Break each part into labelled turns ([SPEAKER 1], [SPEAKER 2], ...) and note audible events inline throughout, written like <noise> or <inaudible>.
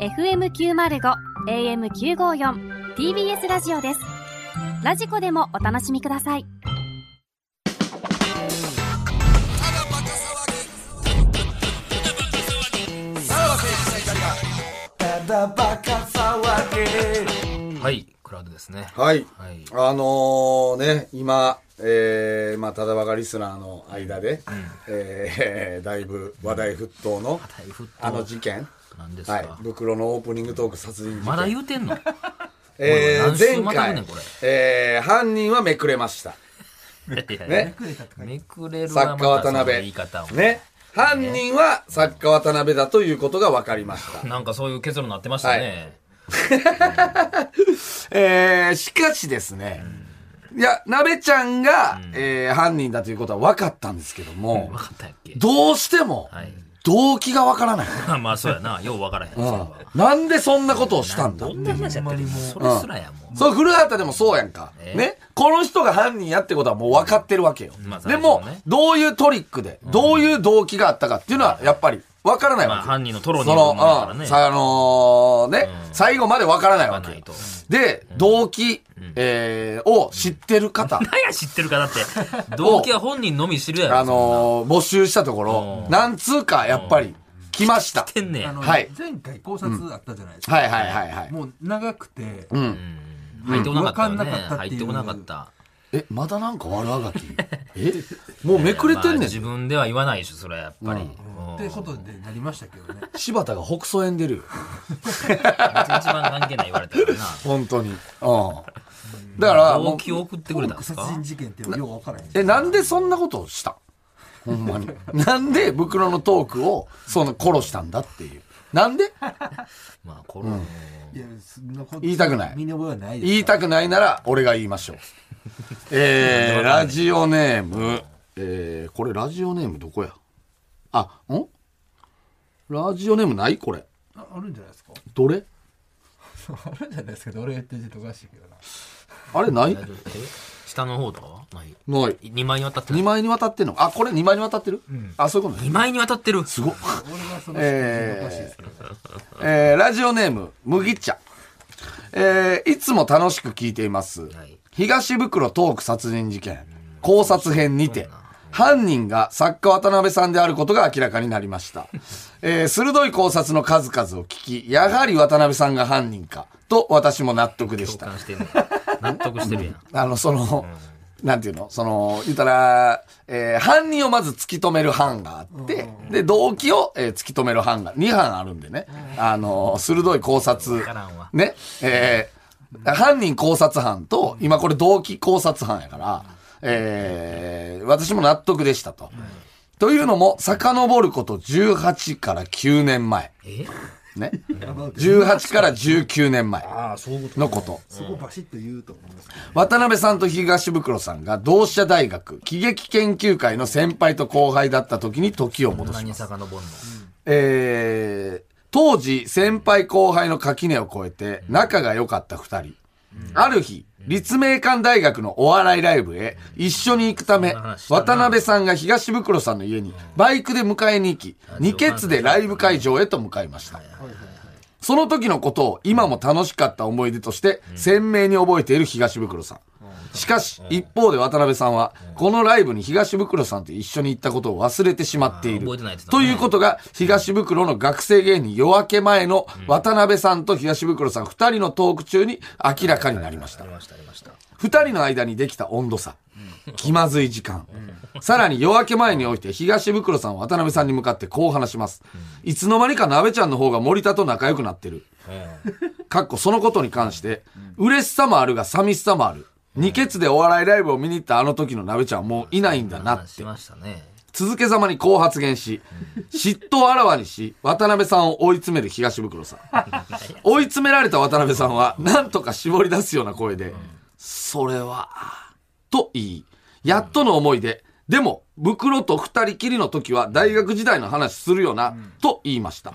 [SPEAKER 1] FM905 AM954 TBS ラジオですラジコでもお楽しみください
[SPEAKER 2] はい、クラウドですね。
[SPEAKER 3] はい。
[SPEAKER 2] はい
[SPEAKER 3] あのーね、今、えー、まあ、ただばかリスナーの間で、えーだいぶ話題沸騰の、
[SPEAKER 2] 台風と
[SPEAKER 3] あの事件。
[SPEAKER 2] なんですか、
[SPEAKER 3] はい。袋のオープニングトーク殺人事件。
[SPEAKER 2] まだ言うてんの
[SPEAKER 3] え
[SPEAKER 2] これ何週
[SPEAKER 3] ー、前
[SPEAKER 2] またぐね
[SPEAKER 3] 回
[SPEAKER 2] んこれ、
[SPEAKER 3] えー、犯人はめくれました。
[SPEAKER 2] いやいや
[SPEAKER 3] ね。
[SPEAKER 2] めくれるは
[SPEAKER 3] 作家
[SPEAKER 2] また
[SPEAKER 3] 渡
[SPEAKER 2] その
[SPEAKER 3] 辺。
[SPEAKER 2] 言い方を。
[SPEAKER 3] ね。犯人は作家渡辺だということが分かりました。
[SPEAKER 2] なんかそういう結論になってましたね。
[SPEAKER 3] えー、しかしですね、いや、鍋ちゃんが、えー犯人だということは分かったんですけども、
[SPEAKER 2] 分かったやっけ
[SPEAKER 3] どうしても
[SPEAKER 2] はい、
[SPEAKER 3] 動機が分からない。
[SPEAKER 2] まあまあそうやな。よう分からへん。それは
[SPEAKER 3] うんなんでそんなことをしたんだ
[SPEAKER 2] どんな話やってるそれすらやもう。
[SPEAKER 3] そう、古畑でもそうやんか。
[SPEAKER 2] え
[SPEAKER 3] ね。この人が犯人やってことはもう分かってるわけよ。
[SPEAKER 2] まあ
[SPEAKER 3] で
[SPEAKER 2] 最初は
[SPEAKER 3] も
[SPEAKER 2] ね、
[SPEAKER 3] どういうトリックで、どういう動機があったかっていうのは、やっぱり分からないわけ
[SPEAKER 2] まあ
[SPEAKER 3] よ。
[SPEAKER 2] 犯人のトロに
[SPEAKER 3] そ
[SPEAKER 2] いる
[SPEAKER 3] の、
[SPEAKER 2] も
[SPEAKER 3] うん
[SPEAKER 2] やからね。
[SPEAKER 3] さあのね、
[SPEAKER 2] うん
[SPEAKER 3] 最後までわからないわ
[SPEAKER 2] わか
[SPEAKER 3] け
[SPEAKER 2] んないと。
[SPEAKER 3] で、動機、えーを知ってる方、
[SPEAKER 2] 何や知ってるかだって。動機は本人のみ知るやろ。
[SPEAKER 3] <laughs> あのー募集したところ
[SPEAKER 2] う、ん
[SPEAKER 3] 何通かやっぱり来ました。
[SPEAKER 2] そんなん知ってんね
[SPEAKER 4] あの
[SPEAKER 2] ん。
[SPEAKER 3] はい
[SPEAKER 4] 前回考察あったじゃないですか、
[SPEAKER 3] はいはいはいはい。
[SPEAKER 4] もう長くて、
[SPEAKER 2] うん入ってこなかったよね。
[SPEAKER 4] わかんなかったってい
[SPEAKER 2] 入
[SPEAKER 4] う
[SPEAKER 2] ってこなかった。
[SPEAKER 3] え、まだなんか悪あ
[SPEAKER 2] <laughs>
[SPEAKER 3] がきえもうめくれてん
[SPEAKER 2] まあ
[SPEAKER 3] ね
[SPEAKER 2] 自
[SPEAKER 3] ん。
[SPEAKER 2] 分では言わないでしょ、それはやっぱり。うん
[SPEAKER 4] ってことでなりましたけどね
[SPEAKER 3] 柴田が北総演出るよ。
[SPEAKER 2] 一番関係ない言われたからな。
[SPEAKER 3] 本当に。うん。だから、も
[SPEAKER 2] 動
[SPEAKER 3] う
[SPEAKER 2] 機を送ってくれたんです
[SPEAKER 4] 殺
[SPEAKER 2] か
[SPEAKER 4] 人事件っていうのはよくわからへん
[SPEAKER 3] え、なんでそんなことをしたほんまに。なんで袋のトークを、その殺したんだっていう。なんで
[SPEAKER 2] まあ、これ、うん
[SPEAKER 4] いやそんなこと
[SPEAKER 3] 言いたくない
[SPEAKER 4] 身に覚えはないです
[SPEAKER 3] 言いたくないなら俺が言いましょう。えー、ラジオネーム、えー、これラジオネームどこやあ、んラジオネームないこれ。
[SPEAKER 4] ああるんじゃないですか
[SPEAKER 3] どれ
[SPEAKER 4] <laughs> あるんじゃないですかどれ言ってるとおかしいけどな
[SPEAKER 3] あれない
[SPEAKER 2] え下の方とかはない
[SPEAKER 3] ない。
[SPEAKER 2] ?2 枚にわたってな
[SPEAKER 3] 2
[SPEAKER 2] い
[SPEAKER 3] 枚にわたってんのあ、これ2枚にわたってる、あ、そういうことね。
[SPEAKER 2] 二枚にわたってる。すご
[SPEAKER 4] 俺はその人
[SPEAKER 3] え
[SPEAKER 4] お
[SPEAKER 3] ー
[SPEAKER 4] かしいですけど、
[SPEAKER 3] えーラジオネーム、麦茶。えーいつも楽しく聞いています。
[SPEAKER 2] はい
[SPEAKER 3] 東袋トーク殺人事件、考察編にて、犯人が作家渡辺さんであることが明らかになりました。えー鋭い考察の数々を聞き、やはり渡辺さんが犯人か、と私も納得でし
[SPEAKER 2] 共
[SPEAKER 3] た。
[SPEAKER 2] 感してるね。納得して
[SPEAKER 3] <laughs>
[SPEAKER 2] るやん。
[SPEAKER 3] あの、その、なんていうのその、言ったら、えー犯人をまず突き止める班があって、で、動機を、えー突き止める班が、2班あるんでね、あの、鋭い考察
[SPEAKER 2] わからんわ、
[SPEAKER 3] ね、えー犯人考察班と、今これ動機考察班やから、えー私も納得でしたと。というのも、遡ること18から9年前。
[SPEAKER 2] え
[SPEAKER 3] ね。18から19年前
[SPEAKER 4] ああそういうこと
[SPEAKER 3] のこと。
[SPEAKER 4] そこバシッと言うと思いますけど
[SPEAKER 3] 渡辺さんと東袋さんが同志社大学喜劇研究会の先輩と後輩だった時に時を戻し
[SPEAKER 2] 何
[SPEAKER 3] ます。
[SPEAKER 2] 遡んの
[SPEAKER 3] えー、当時先輩後輩の垣根を越えて仲が良かった二人。ある日、立命館大学のお笑いライブへ一緒に行くため
[SPEAKER 2] そんな話し、たな
[SPEAKER 3] 渡辺さんが東袋さんの家にバイクで迎えに行き、二ケツでライブ会場へと向かいました。その時のことを今も楽しかった思い出として鮮明に覚えている東袋さん。しかし、一方で渡辺さんは、このライブに東袋さんと一緒に行ったことを忘れてしまってい
[SPEAKER 2] あー
[SPEAKER 3] る
[SPEAKER 2] 覚えてないって。言
[SPEAKER 3] と
[SPEAKER 2] ってたね
[SPEAKER 3] いうことが、東袋の学生芸人夜明け前の渡辺さんと東袋さん二人のトーク中に明らかになりました
[SPEAKER 2] あり。ました、ありました。
[SPEAKER 3] 二人の間にできた温度差。気まずい時間。さらに夜明け前において東袋さんは渡辺さんに向かってこう話します。いつの間にか鍋ちゃんの方が森田と仲良くなってる。かっこそのことに関して、嬉しさもあるが寂しさもある。二ケツでお笑いライブを見に行ったあの時の鍋ちゃんはもういないんだなっ。
[SPEAKER 2] 話してましたね。
[SPEAKER 3] 続けざまにこう発言し、嫉妬をあらわにし、渡辺さんを追い詰める東袋さん。追い詰められた渡辺さんは、なんとか絞り出すような声で、それは、と言い、やっとの思いで、でも、袋と二人きりの時は大学時代の話するよな、と言いました。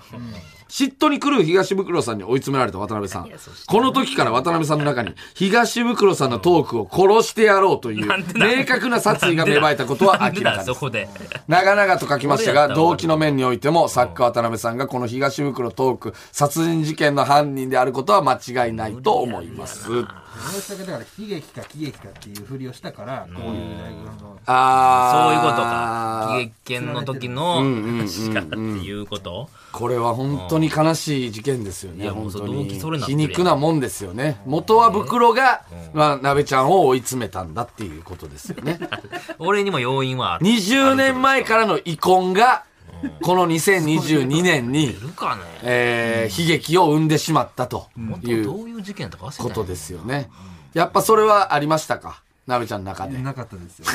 [SPEAKER 3] 嫉妬に狂う東袋さんに追い詰められた渡辺さん。この時から渡辺さんの中に、東袋さんのトークを殺してやろうという、 <laughs> 明確な殺意が芽生えたことは
[SPEAKER 2] なん
[SPEAKER 3] 明
[SPEAKER 2] で
[SPEAKER 3] ら
[SPEAKER 2] だ
[SPEAKER 3] か
[SPEAKER 2] そ
[SPEAKER 3] です。
[SPEAKER 2] こで
[SPEAKER 3] 長々と書きました
[SPEAKER 2] 俺やっ
[SPEAKER 3] が、
[SPEAKER 2] たわ
[SPEAKER 3] 動機の面においても、作家渡辺さんがこの東袋トーク、殺人事件の犯人であることは間違いないと思います。
[SPEAKER 4] 私だけだから悲劇か喜劇かっていうふりをしたからこういう大学の
[SPEAKER 2] そういうこと
[SPEAKER 3] あ
[SPEAKER 2] か
[SPEAKER 3] ー
[SPEAKER 2] 喜劇犬の時の
[SPEAKER 3] んうんうんうん
[SPEAKER 2] 話からっていうこと
[SPEAKER 3] これは本当に悲しい事件ですよ
[SPEAKER 2] い
[SPEAKER 3] ね。
[SPEAKER 2] やもう
[SPEAKER 3] 本当
[SPEAKER 2] 動
[SPEAKER 3] に
[SPEAKER 2] 機それなって
[SPEAKER 3] 皮
[SPEAKER 2] るやん
[SPEAKER 3] 肉なもんですよね。元は袋が、まあ、鍋ちゃんを追い詰めたんだっていうことですよね。 <laughs>
[SPEAKER 2] 俺にも要因はある
[SPEAKER 3] 20年前からの遺恨が、この2022年に
[SPEAKER 2] い、るかね
[SPEAKER 3] えー悲劇を生んでしまったと
[SPEAKER 2] 本
[SPEAKER 3] い
[SPEAKER 2] 当ど
[SPEAKER 3] う
[SPEAKER 2] ういう事件とか忘れた
[SPEAKER 3] ことですすよね。やっぱそれはありましたか鍋ちゃんの中で。
[SPEAKER 4] なかったですよ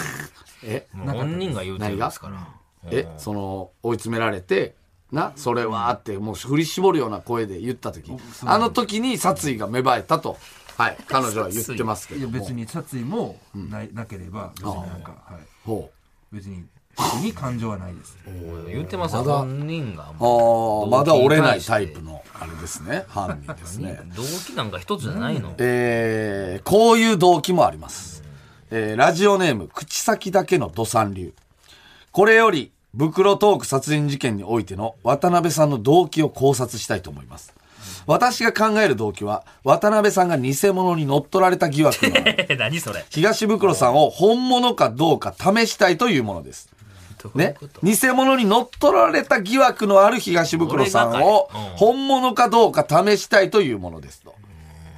[SPEAKER 3] え
[SPEAKER 2] 本人が言うてるんですから
[SPEAKER 3] えその追い詰められてなそれはってもう振り絞るような声で言った時あの時に殺意が芽生えたと、はい、彼女は言ってますけ
[SPEAKER 4] い
[SPEAKER 3] ど
[SPEAKER 4] や
[SPEAKER 3] も
[SPEAKER 4] 別に殺意もないなければ別になんかはい
[SPEAKER 3] ほ
[SPEAKER 4] 別に別に感情はないです
[SPEAKER 2] 言ってますよ
[SPEAKER 3] まだ
[SPEAKER 2] 本人が
[SPEAKER 3] うあーまだ折れないタイプのあれですね犯人ですね
[SPEAKER 2] 動機なんか一つじゃないの
[SPEAKER 3] えーこういう動機もあります。えーラジオネーム、口先だけの土産流。これより、袋トーク殺人事件においての渡辺さんの動機を考察したいと思います。私が考える動機は、渡辺さんが偽物に乗っ取られた疑惑のあ
[SPEAKER 2] <laughs>
[SPEAKER 3] る
[SPEAKER 2] 何それ
[SPEAKER 3] 東袋さんを本物かどうか試したいというものです。
[SPEAKER 2] どういう
[SPEAKER 3] ね
[SPEAKER 2] こと、
[SPEAKER 3] 偽物に乗っ取られた疑惑のある東袋さんを
[SPEAKER 2] 俺がかいうん
[SPEAKER 3] 本物かどうか試したいというものですと。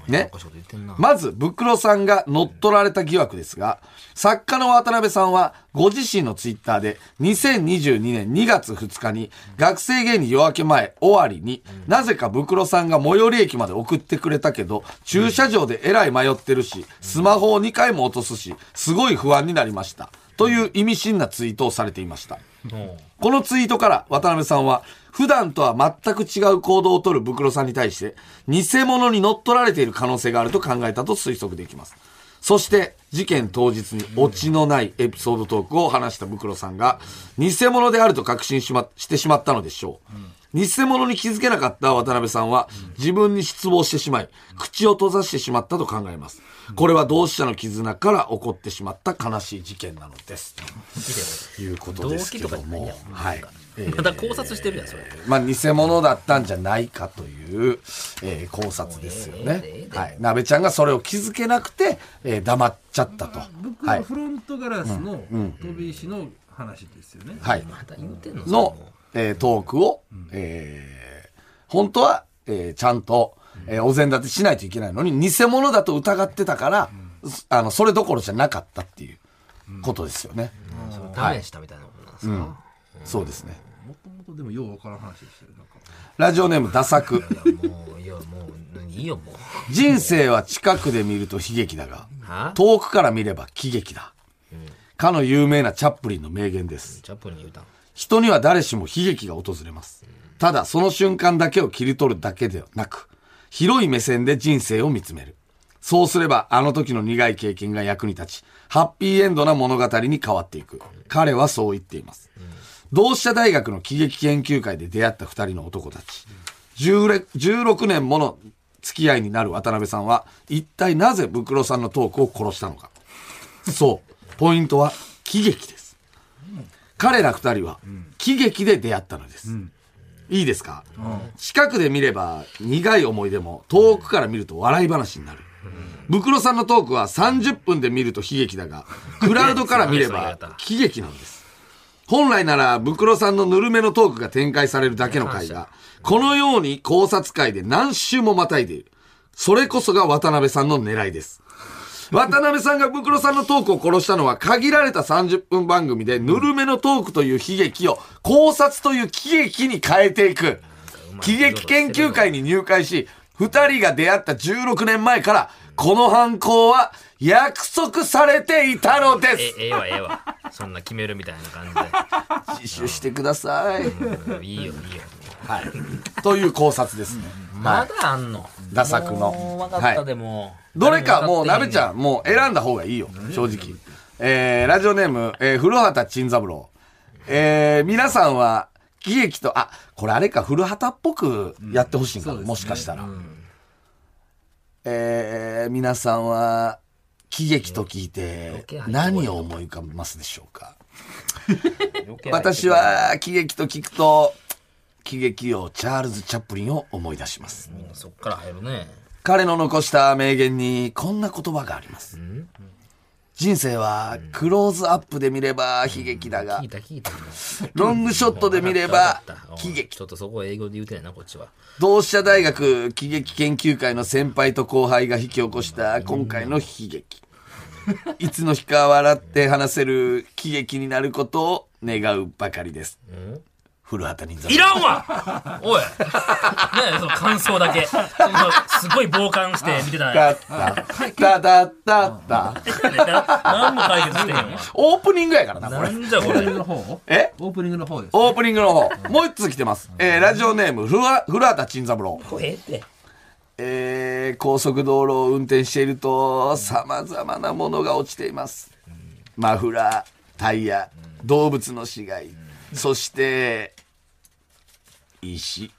[SPEAKER 3] ね
[SPEAKER 2] おかしいこと言ってんな
[SPEAKER 3] まず、ブクロさんが乗っ取られた疑惑ですが、作家の渡辺さんは、ご自身のツイッターで、2022年2月2日に、学生芸人夜明け前終わりに、なぜかブクロさんが最寄り駅まで送ってくれたけど、駐車場でえらい迷ってるし、スマホを2回も落とすし、すごい不安になりました。という意味深なツイートをされていました。
[SPEAKER 2] うん
[SPEAKER 3] このツイートから渡辺さんは、普段とは全く違う行動をとるブクロさんに対して、偽物に乗っ取られている可能性があると考えたと推測できます。そして、事件当日にオチのないエピソードトークを話したブクロさんが、偽物であると確信し,、ま、してしまったのでしょう。偽物に気づけなかった渡辺さんは、自分に失望してしまい、口を閉ざしてしまったと考えます。これは同志社の絆から起こってしまった悲しい事件なのです。ということですけど
[SPEAKER 2] 動機とかじゃない
[SPEAKER 3] も
[SPEAKER 2] やん。
[SPEAKER 3] はい。え
[SPEAKER 2] まだ考察してるやんそれ
[SPEAKER 3] まあ、偽物だったんじゃないかという、えー考察ですよ
[SPEAKER 2] えええ
[SPEAKER 3] ね
[SPEAKER 2] え。え
[SPEAKER 3] はい。鍋ちゃんがそれを気づけなくて、えー黙っちゃったと。
[SPEAKER 4] 僕
[SPEAKER 3] は
[SPEAKER 4] の
[SPEAKER 3] い。
[SPEAKER 4] フロントガラスの飛び石の話ですよね
[SPEAKER 3] はい。
[SPEAKER 2] また言うてんの
[SPEAKER 3] の、えートークを、えー本当は、えーちゃんと、えーお膳立てしないといけないのに、偽物だと疑ってたから、すあの、それどころじゃなかったっていうことですよね。
[SPEAKER 2] そのダメしたみたいなことなんですか
[SPEAKER 3] そうですね。
[SPEAKER 4] もともとでもようわからん話でしたよなんか
[SPEAKER 3] ラジオネーム、ダサク。
[SPEAKER 2] いやもういやもういいよもう
[SPEAKER 3] 人生は近くで見ると悲劇だが、
[SPEAKER 2] は
[SPEAKER 3] 遠くから見れば喜劇だ。かの有名なチャップリンの名言です。
[SPEAKER 2] チャップリン言うたん
[SPEAKER 3] 人には誰しも悲劇が訪れます。ただ、その瞬間だけを切り取るだけではなく、広い目線で人生を見つめる。そうすれば、あの時の苦い経験が役に立ち、ハッピーエンドな物語に変わっていく。彼はそう言っています。同志社大学の喜劇研究会で出会った二人の男たち。16 16年もの付き合いになる渡辺さんは、一体なぜブクロさんのトークを殺したのか。そう、ポイントは喜劇です。彼ら二人は喜劇で出会ったのです、いいですか、近くで見れば苦い思い出も遠くから見ると笑い話になる、ブクロさんのトークは30分で見ると悲劇だがクラウドから見れ
[SPEAKER 2] そうや
[SPEAKER 3] ば
[SPEAKER 2] った
[SPEAKER 3] 喜劇なんです本来なら、ブクロさんのぬるめのトークが展開されるだけの回が、このように考察会で何週もまたいでいる。それこそが渡辺さんの狙いです。渡辺さんがブクロさんのトークを殺したのは、限られた30分番組で、ぬるめのトークという悲劇を考察という喜劇に変えていく。喜劇研究会に入会し、二人が出会った16年前から、この犯行は約束されていたので
[SPEAKER 2] え
[SPEAKER 3] す。
[SPEAKER 2] ええわええわそんな決めるみたいな感
[SPEAKER 3] 自首してください。
[SPEAKER 2] じでうんいいよいいよ
[SPEAKER 3] はい。という考察ですね。
[SPEAKER 2] まだあんの
[SPEAKER 3] ダサくの
[SPEAKER 2] もう分かったでも
[SPEAKER 3] どれかもう、なべち
[SPEAKER 2] ん
[SPEAKER 3] ゃん、もう選んだ方がいいよ。正直。えー、ラジオネーム、えー、古畑珍三郎。えー、皆さんは、喜劇と、あ、これあれか、古畑っぽくやってほしいんか、もしかしたら。えー、皆さんは、喜劇と聞いて
[SPEAKER 2] ケ入ってこい、よ
[SPEAKER 3] 何を思い浮かべますでしょうか
[SPEAKER 2] 余計入ってくる
[SPEAKER 3] 私は、喜劇と聞くと、喜劇王チャールズ・チャップリンを思い出します。
[SPEAKER 2] うんそっから入るね
[SPEAKER 3] 彼の残した名言にこんな言葉があります。人生はクローズアップで見れば悲劇だが
[SPEAKER 2] 聞い、た聞いた
[SPEAKER 3] ロングショットで見れば
[SPEAKER 2] 分かった分かった
[SPEAKER 3] 喜劇
[SPEAKER 2] ちょっとそこは英語で言うてないなこっちは
[SPEAKER 3] 同志社大学喜劇研究会の先輩と後輩が引き起こした今回の悲劇。いつの日か笑って話せる喜劇になることを願うばかりです。古畑任三郎
[SPEAKER 2] いらんわおいねえその感想だけそのすごい傍観して見てた
[SPEAKER 3] だった、だだったった。
[SPEAKER 2] 何も解決してへんわ
[SPEAKER 3] オープニングやからな、こ
[SPEAKER 2] な
[SPEAKER 3] れ。
[SPEAKER 2] んじゃこ
[SPEAKER 4] オープニン
[SPEAKER 2] れ
[SPEAKER 4] グの方
[SPEAKER 3] え
[SPEAKER 4] オープニングの方です。
[SPEAKER 3] オープニングの方、もう一つ来てます。えー、ラジオネーム、ふわ、古畑珍三郎。
[SPEAKER 2] これええって
[SPEAKER 3] えー、高速道路を運転していると、様々なものが落ちています。マフラー、タイヤ、動物の死骸、そして、石。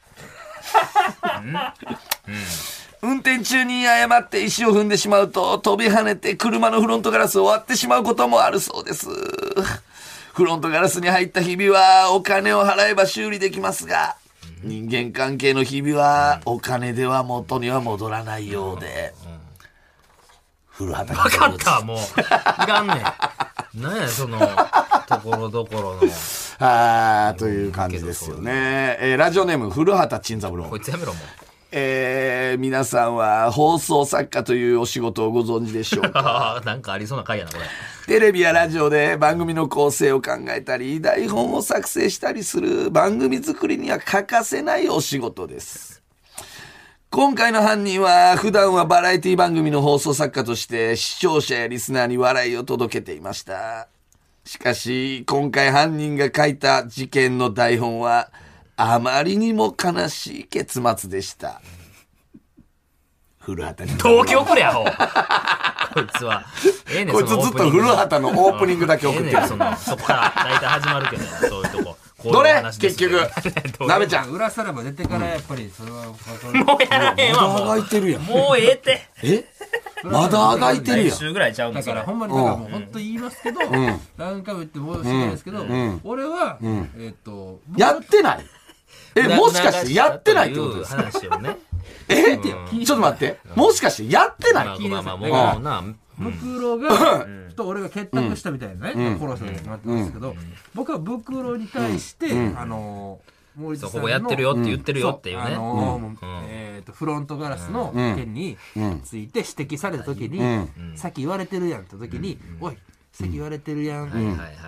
[SPEAKER 3] 運転中に誤って石を踏んでしまうと飛び跳ねて車のフロントガラスを割ってしまうこともあるそうです。フロントガラスに入ったひびはお金を払えば修理できますが、人間関係のひびはお金では元には戻らないようで。古畑
[SPEAKER 2] 分
[SPEAKER 3] 任
[SPEAKER 2] か
[SPEAKER 3] 三郎
[SPEAKER 2] っ
[SPEAKER 3] です
[SPEAKER 2] たもういらんねんなんやそのところどころの
[SPEAKER 3] あーという感じですよね。えーラジオネーム古畑珍三郎
[SPEAKER 2] こい。つやめろもう
[SPEAKER 3] えー皆さんは放送作家というお仕事をご存知でしょうか
[SPEAKER 2] あー <laughs> なんかありそうな回やなこれ
[SPEAKER 3] テレビやラジオで番組の構成を考えたり、台本を作成したりする番組作りには欠かせないお仕事です。今回の犯人は普段はバラエティ番組の放送作家として視聴者やリスナーに笑いを届けていました。しかし、今回犯人が書いた事件の台本はあまりにも悲しい結末でした。古畑に。
[SPEAKER 2] 東京来れやほうこいつはええねん
[SPEAKER 3] こいつず
[SPEAKER 2] その
[SPEAKER 3] っ
[SPEAKER 2] オープ
[SPEAKER 3] と
[SPEAKER 2] ニング
[SPEAKER 3] 古畑のオープニングだけ送って
[SPEAKER 2] ええ
[SPEAKER 3] る
[SPEAKER 2] ねん。そのそこから大体始まるけどそういうとここういう
[SPEAKER 3] ど
[SPEAKER 2] お
[SPEAKER 3] れ
[SPEAKER 2] 話で
[SPEAKER 3] 結
[SPEAKER 2] すけ
[SPEAKER 3] 局
[SPEAKER 2] ど <laughs> どれ
[SPEAKER 3] なべちゃん
[SPEAKER 4] 裏さらば出てからやっぱりそれは、それは
[SPEAKER 2] もうやらへんわもう
[SPEAKER 3] てるやん
[SPEAKER 2] もうええって
[SPEAKER 3] えまだあが <laughs> いてる
[SPEAKER 2] 来
[SPEAKER 3] やん
[SPEAKER 2] 週ぐらいちゃうん
[SPEAKER 4] だ
[SPEAKER 2] だ
[SPEAKER 4] か
[SPEAKER 2] からら
[SPEAKER 4] ほんまにだからもう本当言いますけど、何回も言って申し訳ないですけど、俺は、えっと、
[SPEAKER 3] やってないえもしかしてやってないってことですか
[SPEAKER 2] 話をね
[SPEAKER 3] えちょっと待ってもしかしてやって
[SPEAKER 2] ま
[SPEAKER 3] ない
[SPEAKER 2] あまあまあ
[SPEAKER 4] だから
[SPEAKER 2] もうな
[SPEAKER 4] ブクロが、と俺が結託したみたいなね、殺せになってますけど、僕はブクロに対して、あのー、森
[SPEAKER 2] そ
[SPEAKER 4] 田
[SPEAKER 2] う
[SPEAKER 4] さ
[SPEAKER 2] こ
[SPEAKER 4] ん
[SPEAKER 2] こ
[SPEAKER 4] の
[SPEAKER 2] やってるよって言ってるよっていう
[SPEAKER 4] そ
[SPEAKER 2] ね
[SPEAKER 4] あのーえーとフロントガラスの件について指摘された時に、さっき言われてるやんって時に、おいさっき言われてるやん、
[SPEAKER 2] は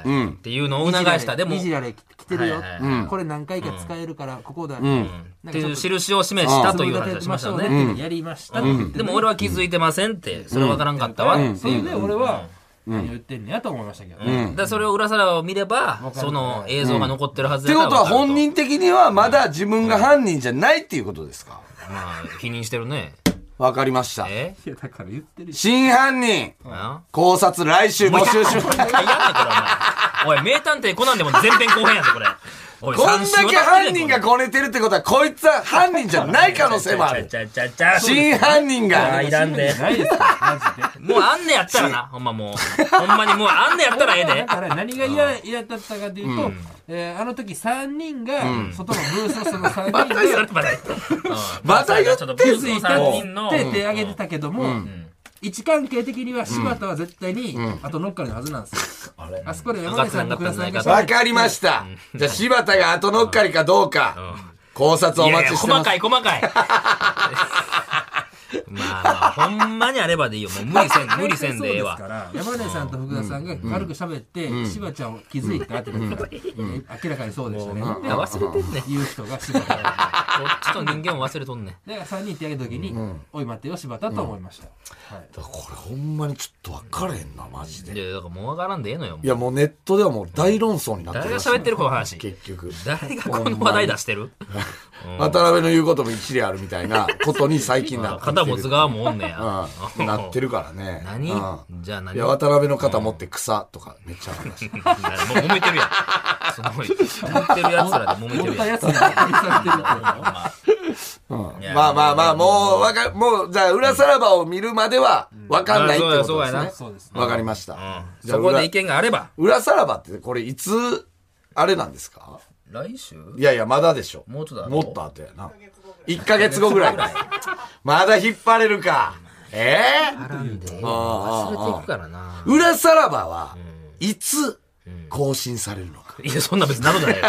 [SPEAKER 2] いはいっていうのを促したでも
[SPEAKER 4] いじられ来てるよ、
[SPEAKER 2] はいはい
[SPEAKER 4] これ何回か使えるからここだ、
[SPEAKER 2] っ
[SPEAKER 4] なん
[SPEAKER 2] て
[SPEAKER 4] かちょ
[SPEAKER 2] い
[SPEAKER 4] っ
[SPEAKER 2] う
[SPEAKER 4] と
[SPEAKER 2] 印を示したという話をしましたよね
[SPEAKER 4] やりましたって言って
[SPEAKER 2] でも俺は気づいてませんってそれは分からんかったわって
[SPEAKER 4] そ
[SPEAKER 2] い
[SPEAKER 4] れ
[SPEAKER 2] う
[SPEAKER 4] で俺は何言ってんねやと思いましたけどね、
[SPEAKER 2] だからそれを裏皿を見ればその映像が残ってるはず
[SPEAKER 3] って
[SPEAKER 2] や
[SPEAKER 3] こ
[SPEAKER 2] から
[SPEAKER 3] とは
[SPEAKER 2] 分かる
[SPEAKER 3] 本人的にはまだ自分が犯人じゃないっていうことですか
[SPEAKER 2] まあ否認してるね
[SPEAKER 3] わかりました
[SPEAKER 2] え
[SPEAKER 4] いやだから言ってるし
[SPEAKER 3] 真犯人
[SPEAKER 2] な
[SPEAKER 3] 考察来週募集します
[SPEAKER 2] あやんなこれお前おい名探偵コナンでも前編後編やぞこれおい
[SPEAKER 3] こんだ
[SPEAKER 2] 三週
[SPEAKER 3] け
[SPEAKER 2] 渡って
[SPEAKER 3] 犯
[SPEAKER 2] るや
[SPEAKER 3] 人
[SPEAKER 2] ん
[SPEAKER 3] がこねてるってことはこいつは犯人じゃない可能性もある
[SPEAKER 2] <laughs> ちゃちゃちゃちゃ
[SPEAKER 3] 真犯人
[SPEAKER 2] あ
[SPEAKER 3] が
[SPEAKER 2] いらんで
[SPEAKER 4] ないですからマジで
[SPEAKER 2] もうあんねやったらな、ほんまもう。ほんまにもうあんねやった
[SPEAKER 3] <laughs>
[SPEAKER 2] らええで
[SPEAKER 4] <laughs> だ。から何が嫌嫌だったかというと、えーあの時3人が外のブースをその3人
[SPEAKER 2] それ
[SPEAKER 4] で
[SPEAKER 2] まだ言って。
[SPEAKER 3] また言ってんの
[SPEAKER 2] ちょっとブー
[SPEAKER 4] 気
[SPEAKER 2] ス
[SPEAKER 4] づ
[SPEAKER 2] の
[SPEAKER 4] いた
[SPEAKER 2] 3
[SPEAKER 4] っ
[SPEAKER 2] 人の。
[SPEAKER 4] て手挙げてたけども、位置関係的には柴田は絶対に、あとノッカーのはずなんですよ、あそこで山根さんと倉さんが喋って
[SPEAKER 3] わかりましたじゃあ柴田が後乗っかりかどうか考察お
[SPEAKER 2] いやい
[SPEAKER 3] 待
[SPEAKER 2] や
[SPEAKER 3] ちして
[SPEAKER 2] 細
[SPEAKER 3] ます
[SPEAKER 2] かい細かい。 <laughs> まあまあ、ほんまにあればでいいよ。もう無理せん、無理せんでええ
[SPEAKER 4] そ
[SPEAKER 2] わ
[SPEAKER 4] う。ですから山根さんと福田さんが軽く喋って、柴ちゃんを気づいたってことです、明らかにそうでしたね。
[SPEAKER 2] いや忘れてんねん。こ
[SPEAKER 4] <laughs> 言う人が柴田だから
[SPEAKER 2] っちとと人間を忘れとんねん。
[SPEAKER 4] だから3人ってやるときに、おい待てよ柴田と思いました、はい
[SPEAKER 3] だからこれほんまにちょっと分かれへんなマジで
[SPEAKER 2] いや、だからもうわからんでええのよ。
[SPEAKER 3] いやもうネットではもう大論争になって
[SPEAKER 2] 誰
[SPEAKER 3] る
[SPEAKER 2] が
[SPEAKER 3] らしい
[SPEAKER 2] 喋ってるこの話。
[SPEAKER 3] 結局
[SPEAKER 2] 誰がこの話題出してる
[SPEAKER 3] 渡辺の言うことも一理あるみたいなことに最近な
[SPEAKER 2] <laughs>
[SPEAKER 3] ってきてる
[SPEAKER 2] 肩持つ側もおんねや。
[SPEAKER 3] うんなってるからね
[SPEAKER 2] 何
[SPEAKER 3] うん
[SPEAKER 2] じゃあ何
[SPEAKER 3] いや渡辺の肩持って草とかめっちゃ話してる
[SPEAKER 2] もう揉めてるやん。すごい。揉めてるやつらで揉めて
[SPEAKER 4] 持っ
[SPEAKER 2] る
[SPEAKER 4] た
[SPEAKER 2] やん。
[SPEAKER 4] やつが殺されてるっていうのは
[SPEAKER 3] うん
[SPEAKER 2] いや
[SPEAKER 3] まあまあまあもうわかもうじゃあ裏さらばを見るまでは分かんないってこ
[SPEAKER 2] そ
[SPEAKER 3] と
[SPEAKER 2] う
[SPEAKER 3] ですね
[SPEAKER 2] やそうやな
[SPEAKER 4] そうですね
[SPEAKER 3] 分かりまし
[SPEAKER 2] うん
[SPEAKER 3] たじゃあ
[SPEAKER 2] そこ
[SPEAKER 3] 裏
[SPEAKER 2] で意見があれば、
[SPEAKER 3] 裏さらばってこれいつあれなんですか
[SPEAKER 2] 来週
[SPEAKER 3] いやいやまだでしょ
[SPEAKER 2] もうちょっと後
[SPEAKER 3] もっと後やな1ヶ月後ぐらいまだ引っ張れるかええ
[SPEAKER 2] 絡んで
[SPEAKER 3] ああ
[SPEAKER 2] 忘れていくからな。
[SPEAKER 3] 裏さらばはいつ更新されるのか。
[SPEAKER 2] いや、そんな別になるじゃないよ。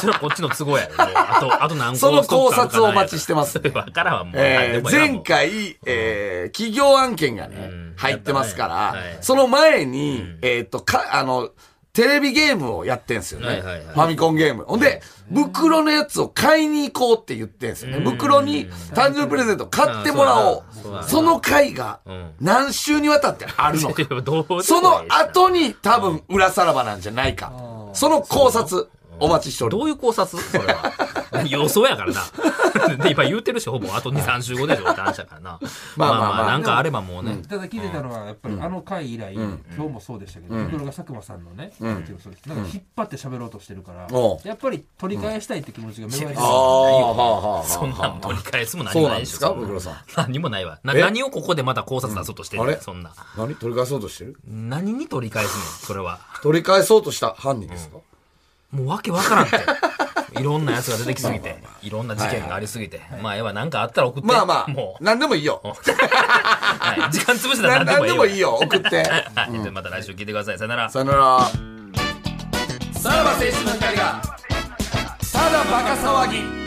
[SPEAKER 2] それはこっちの都合やろ。もうあと、あと何個
[SPEAKER 3] その考察をお待ちしてます
[SPEAKER 2] <laughs> わからんわ、もう。
[SPEAKER 3] えー前
[SPEAKER 2] 回。
[SPEAKER 3] 回、えー企業案件がね
[SPEAKER 2] うん、
[SPEAKER 3] 入ってますか
[SPEAKER 2] やっ
[SPEAKER 3] ら
[SPEAKER 2] たねはい、
[SPEAKER 3] その前に、えっと、か、あの、テレビゲームをやってんすよ
[SPEAKER 2] は
[SPEAKER 3] ね。
[SPEAKER 2] い
[SPEAKER 3] フ
[SPEAKER 2] はいはい
[SPEAKER 3] ァミコンゲーム。ほんで、袋のやつを買いに行こうって言ってんすよね。袋に誕生日プレゼント買ってもらお
[SPEAKER 2] あそうだ
[SPEAKER 3] う。その回が
[SPEAKER 2] うん
[SPEAKER 3] 何週にわたってあ
[SPEAKER 2] <laughs>
[SPEAKER 3] るのか。
[SPEAKER 2] どうでもいいし
[SPEAKER 3] その後に多分裏さらばなんじゃないか。その考察、お待ちしております
[SPEAKER 2] どういう考察それは。予想やからな。 <laughs> で、今言うてるし、ほぼあと2、3週後でしょ、男子やからな。
[SPEAKER 3] ま
[SPEAKER 2] ま
[SPEAKER 3] あ
[SPEAKER 2] あ
[SPEAKER 3] まあまあ
[SPEAKER 2] まあ、なんかあればもうね。
[SPEAKER 4] ただ聞いてたのはやっぱりあの回以来、今日もそうでしたけど、袋が佐久間さんのね、さっきもそうですなんか引っ張って喋ろうとしてるから、
[SPEAKER 3] おう
[SPEAKER 4] やっぱり取り返したいって気持ちが芽生えて
[SPEAKER 3] ああ、はあ、はあ。
[SPEAKER 2] そんなん <laughs> 取り返すも何
[SPEAKER 3] そう
[SPEAKER 2] も
[SPEAKER 3] な
[SPEAKER 2] なん
[SPEAKER 3] で
[SPEAKER 2] いですし
[SPEAKER 3] か、
[SPEAKER 2] ょ。
[SPEAKER 3] ブクロさん。
[SPEAKER 2] <laughs> 何にもないわ。な
[SPEAKER 3] え
[SPEAKER 2] 何をここでまた考察出そうとして
[SPEAKER 3] うんあれ
[SPEAKER 2] るそんな。
[SPEAKER 3] 何取り返そうとしてる
[SPEAKER 2] 何に取り返すのそれは。
[SPEAKER 3] 取り返そうとした犯人ですか、
[SPEAKER 2] もうわけわから
[SPEAKER 3] <laughs>
[SPEAKER 2] んって。いろんなやつが出てきすぎて、いろんな事件がありすぎて。まあ、ええわ、なんかあったら送って。
[SPEAKER 3] まあまあ
[SPEAKER 2] も、う。
[SPEAKER 3] 何でもいい
[SPEAKER 2] <laughs>
[SPEAKER 3] よ。
[SPEAKER 2] はい時間潰した
[SPEAKER 3] な
[SPEAKER 2] ら
[SPEAKER 3] 何
[SPEAKER 2] 何
[SPEAKER 3] で
[SPEAKER 2] で
[SPEAKER 3] も
[SPEAKER 2] も
[SPEAKER 3] い
[SPEAKER 2] い
[SPEAKER 3] い
[SPEAKER 2] い
[SPEAKER 3] よ、
[SPEAKER 2] よ。
[SPEAKER 3] 送
[SPEAKER 2] <laughs>
[SPEAKER 3] って。
[SPEAKER 2] はい。でまた来週聞いてください。さよなら。
[SPEAKER 3] さよなら。さらば青春の光が、ただバカ騒ぎ。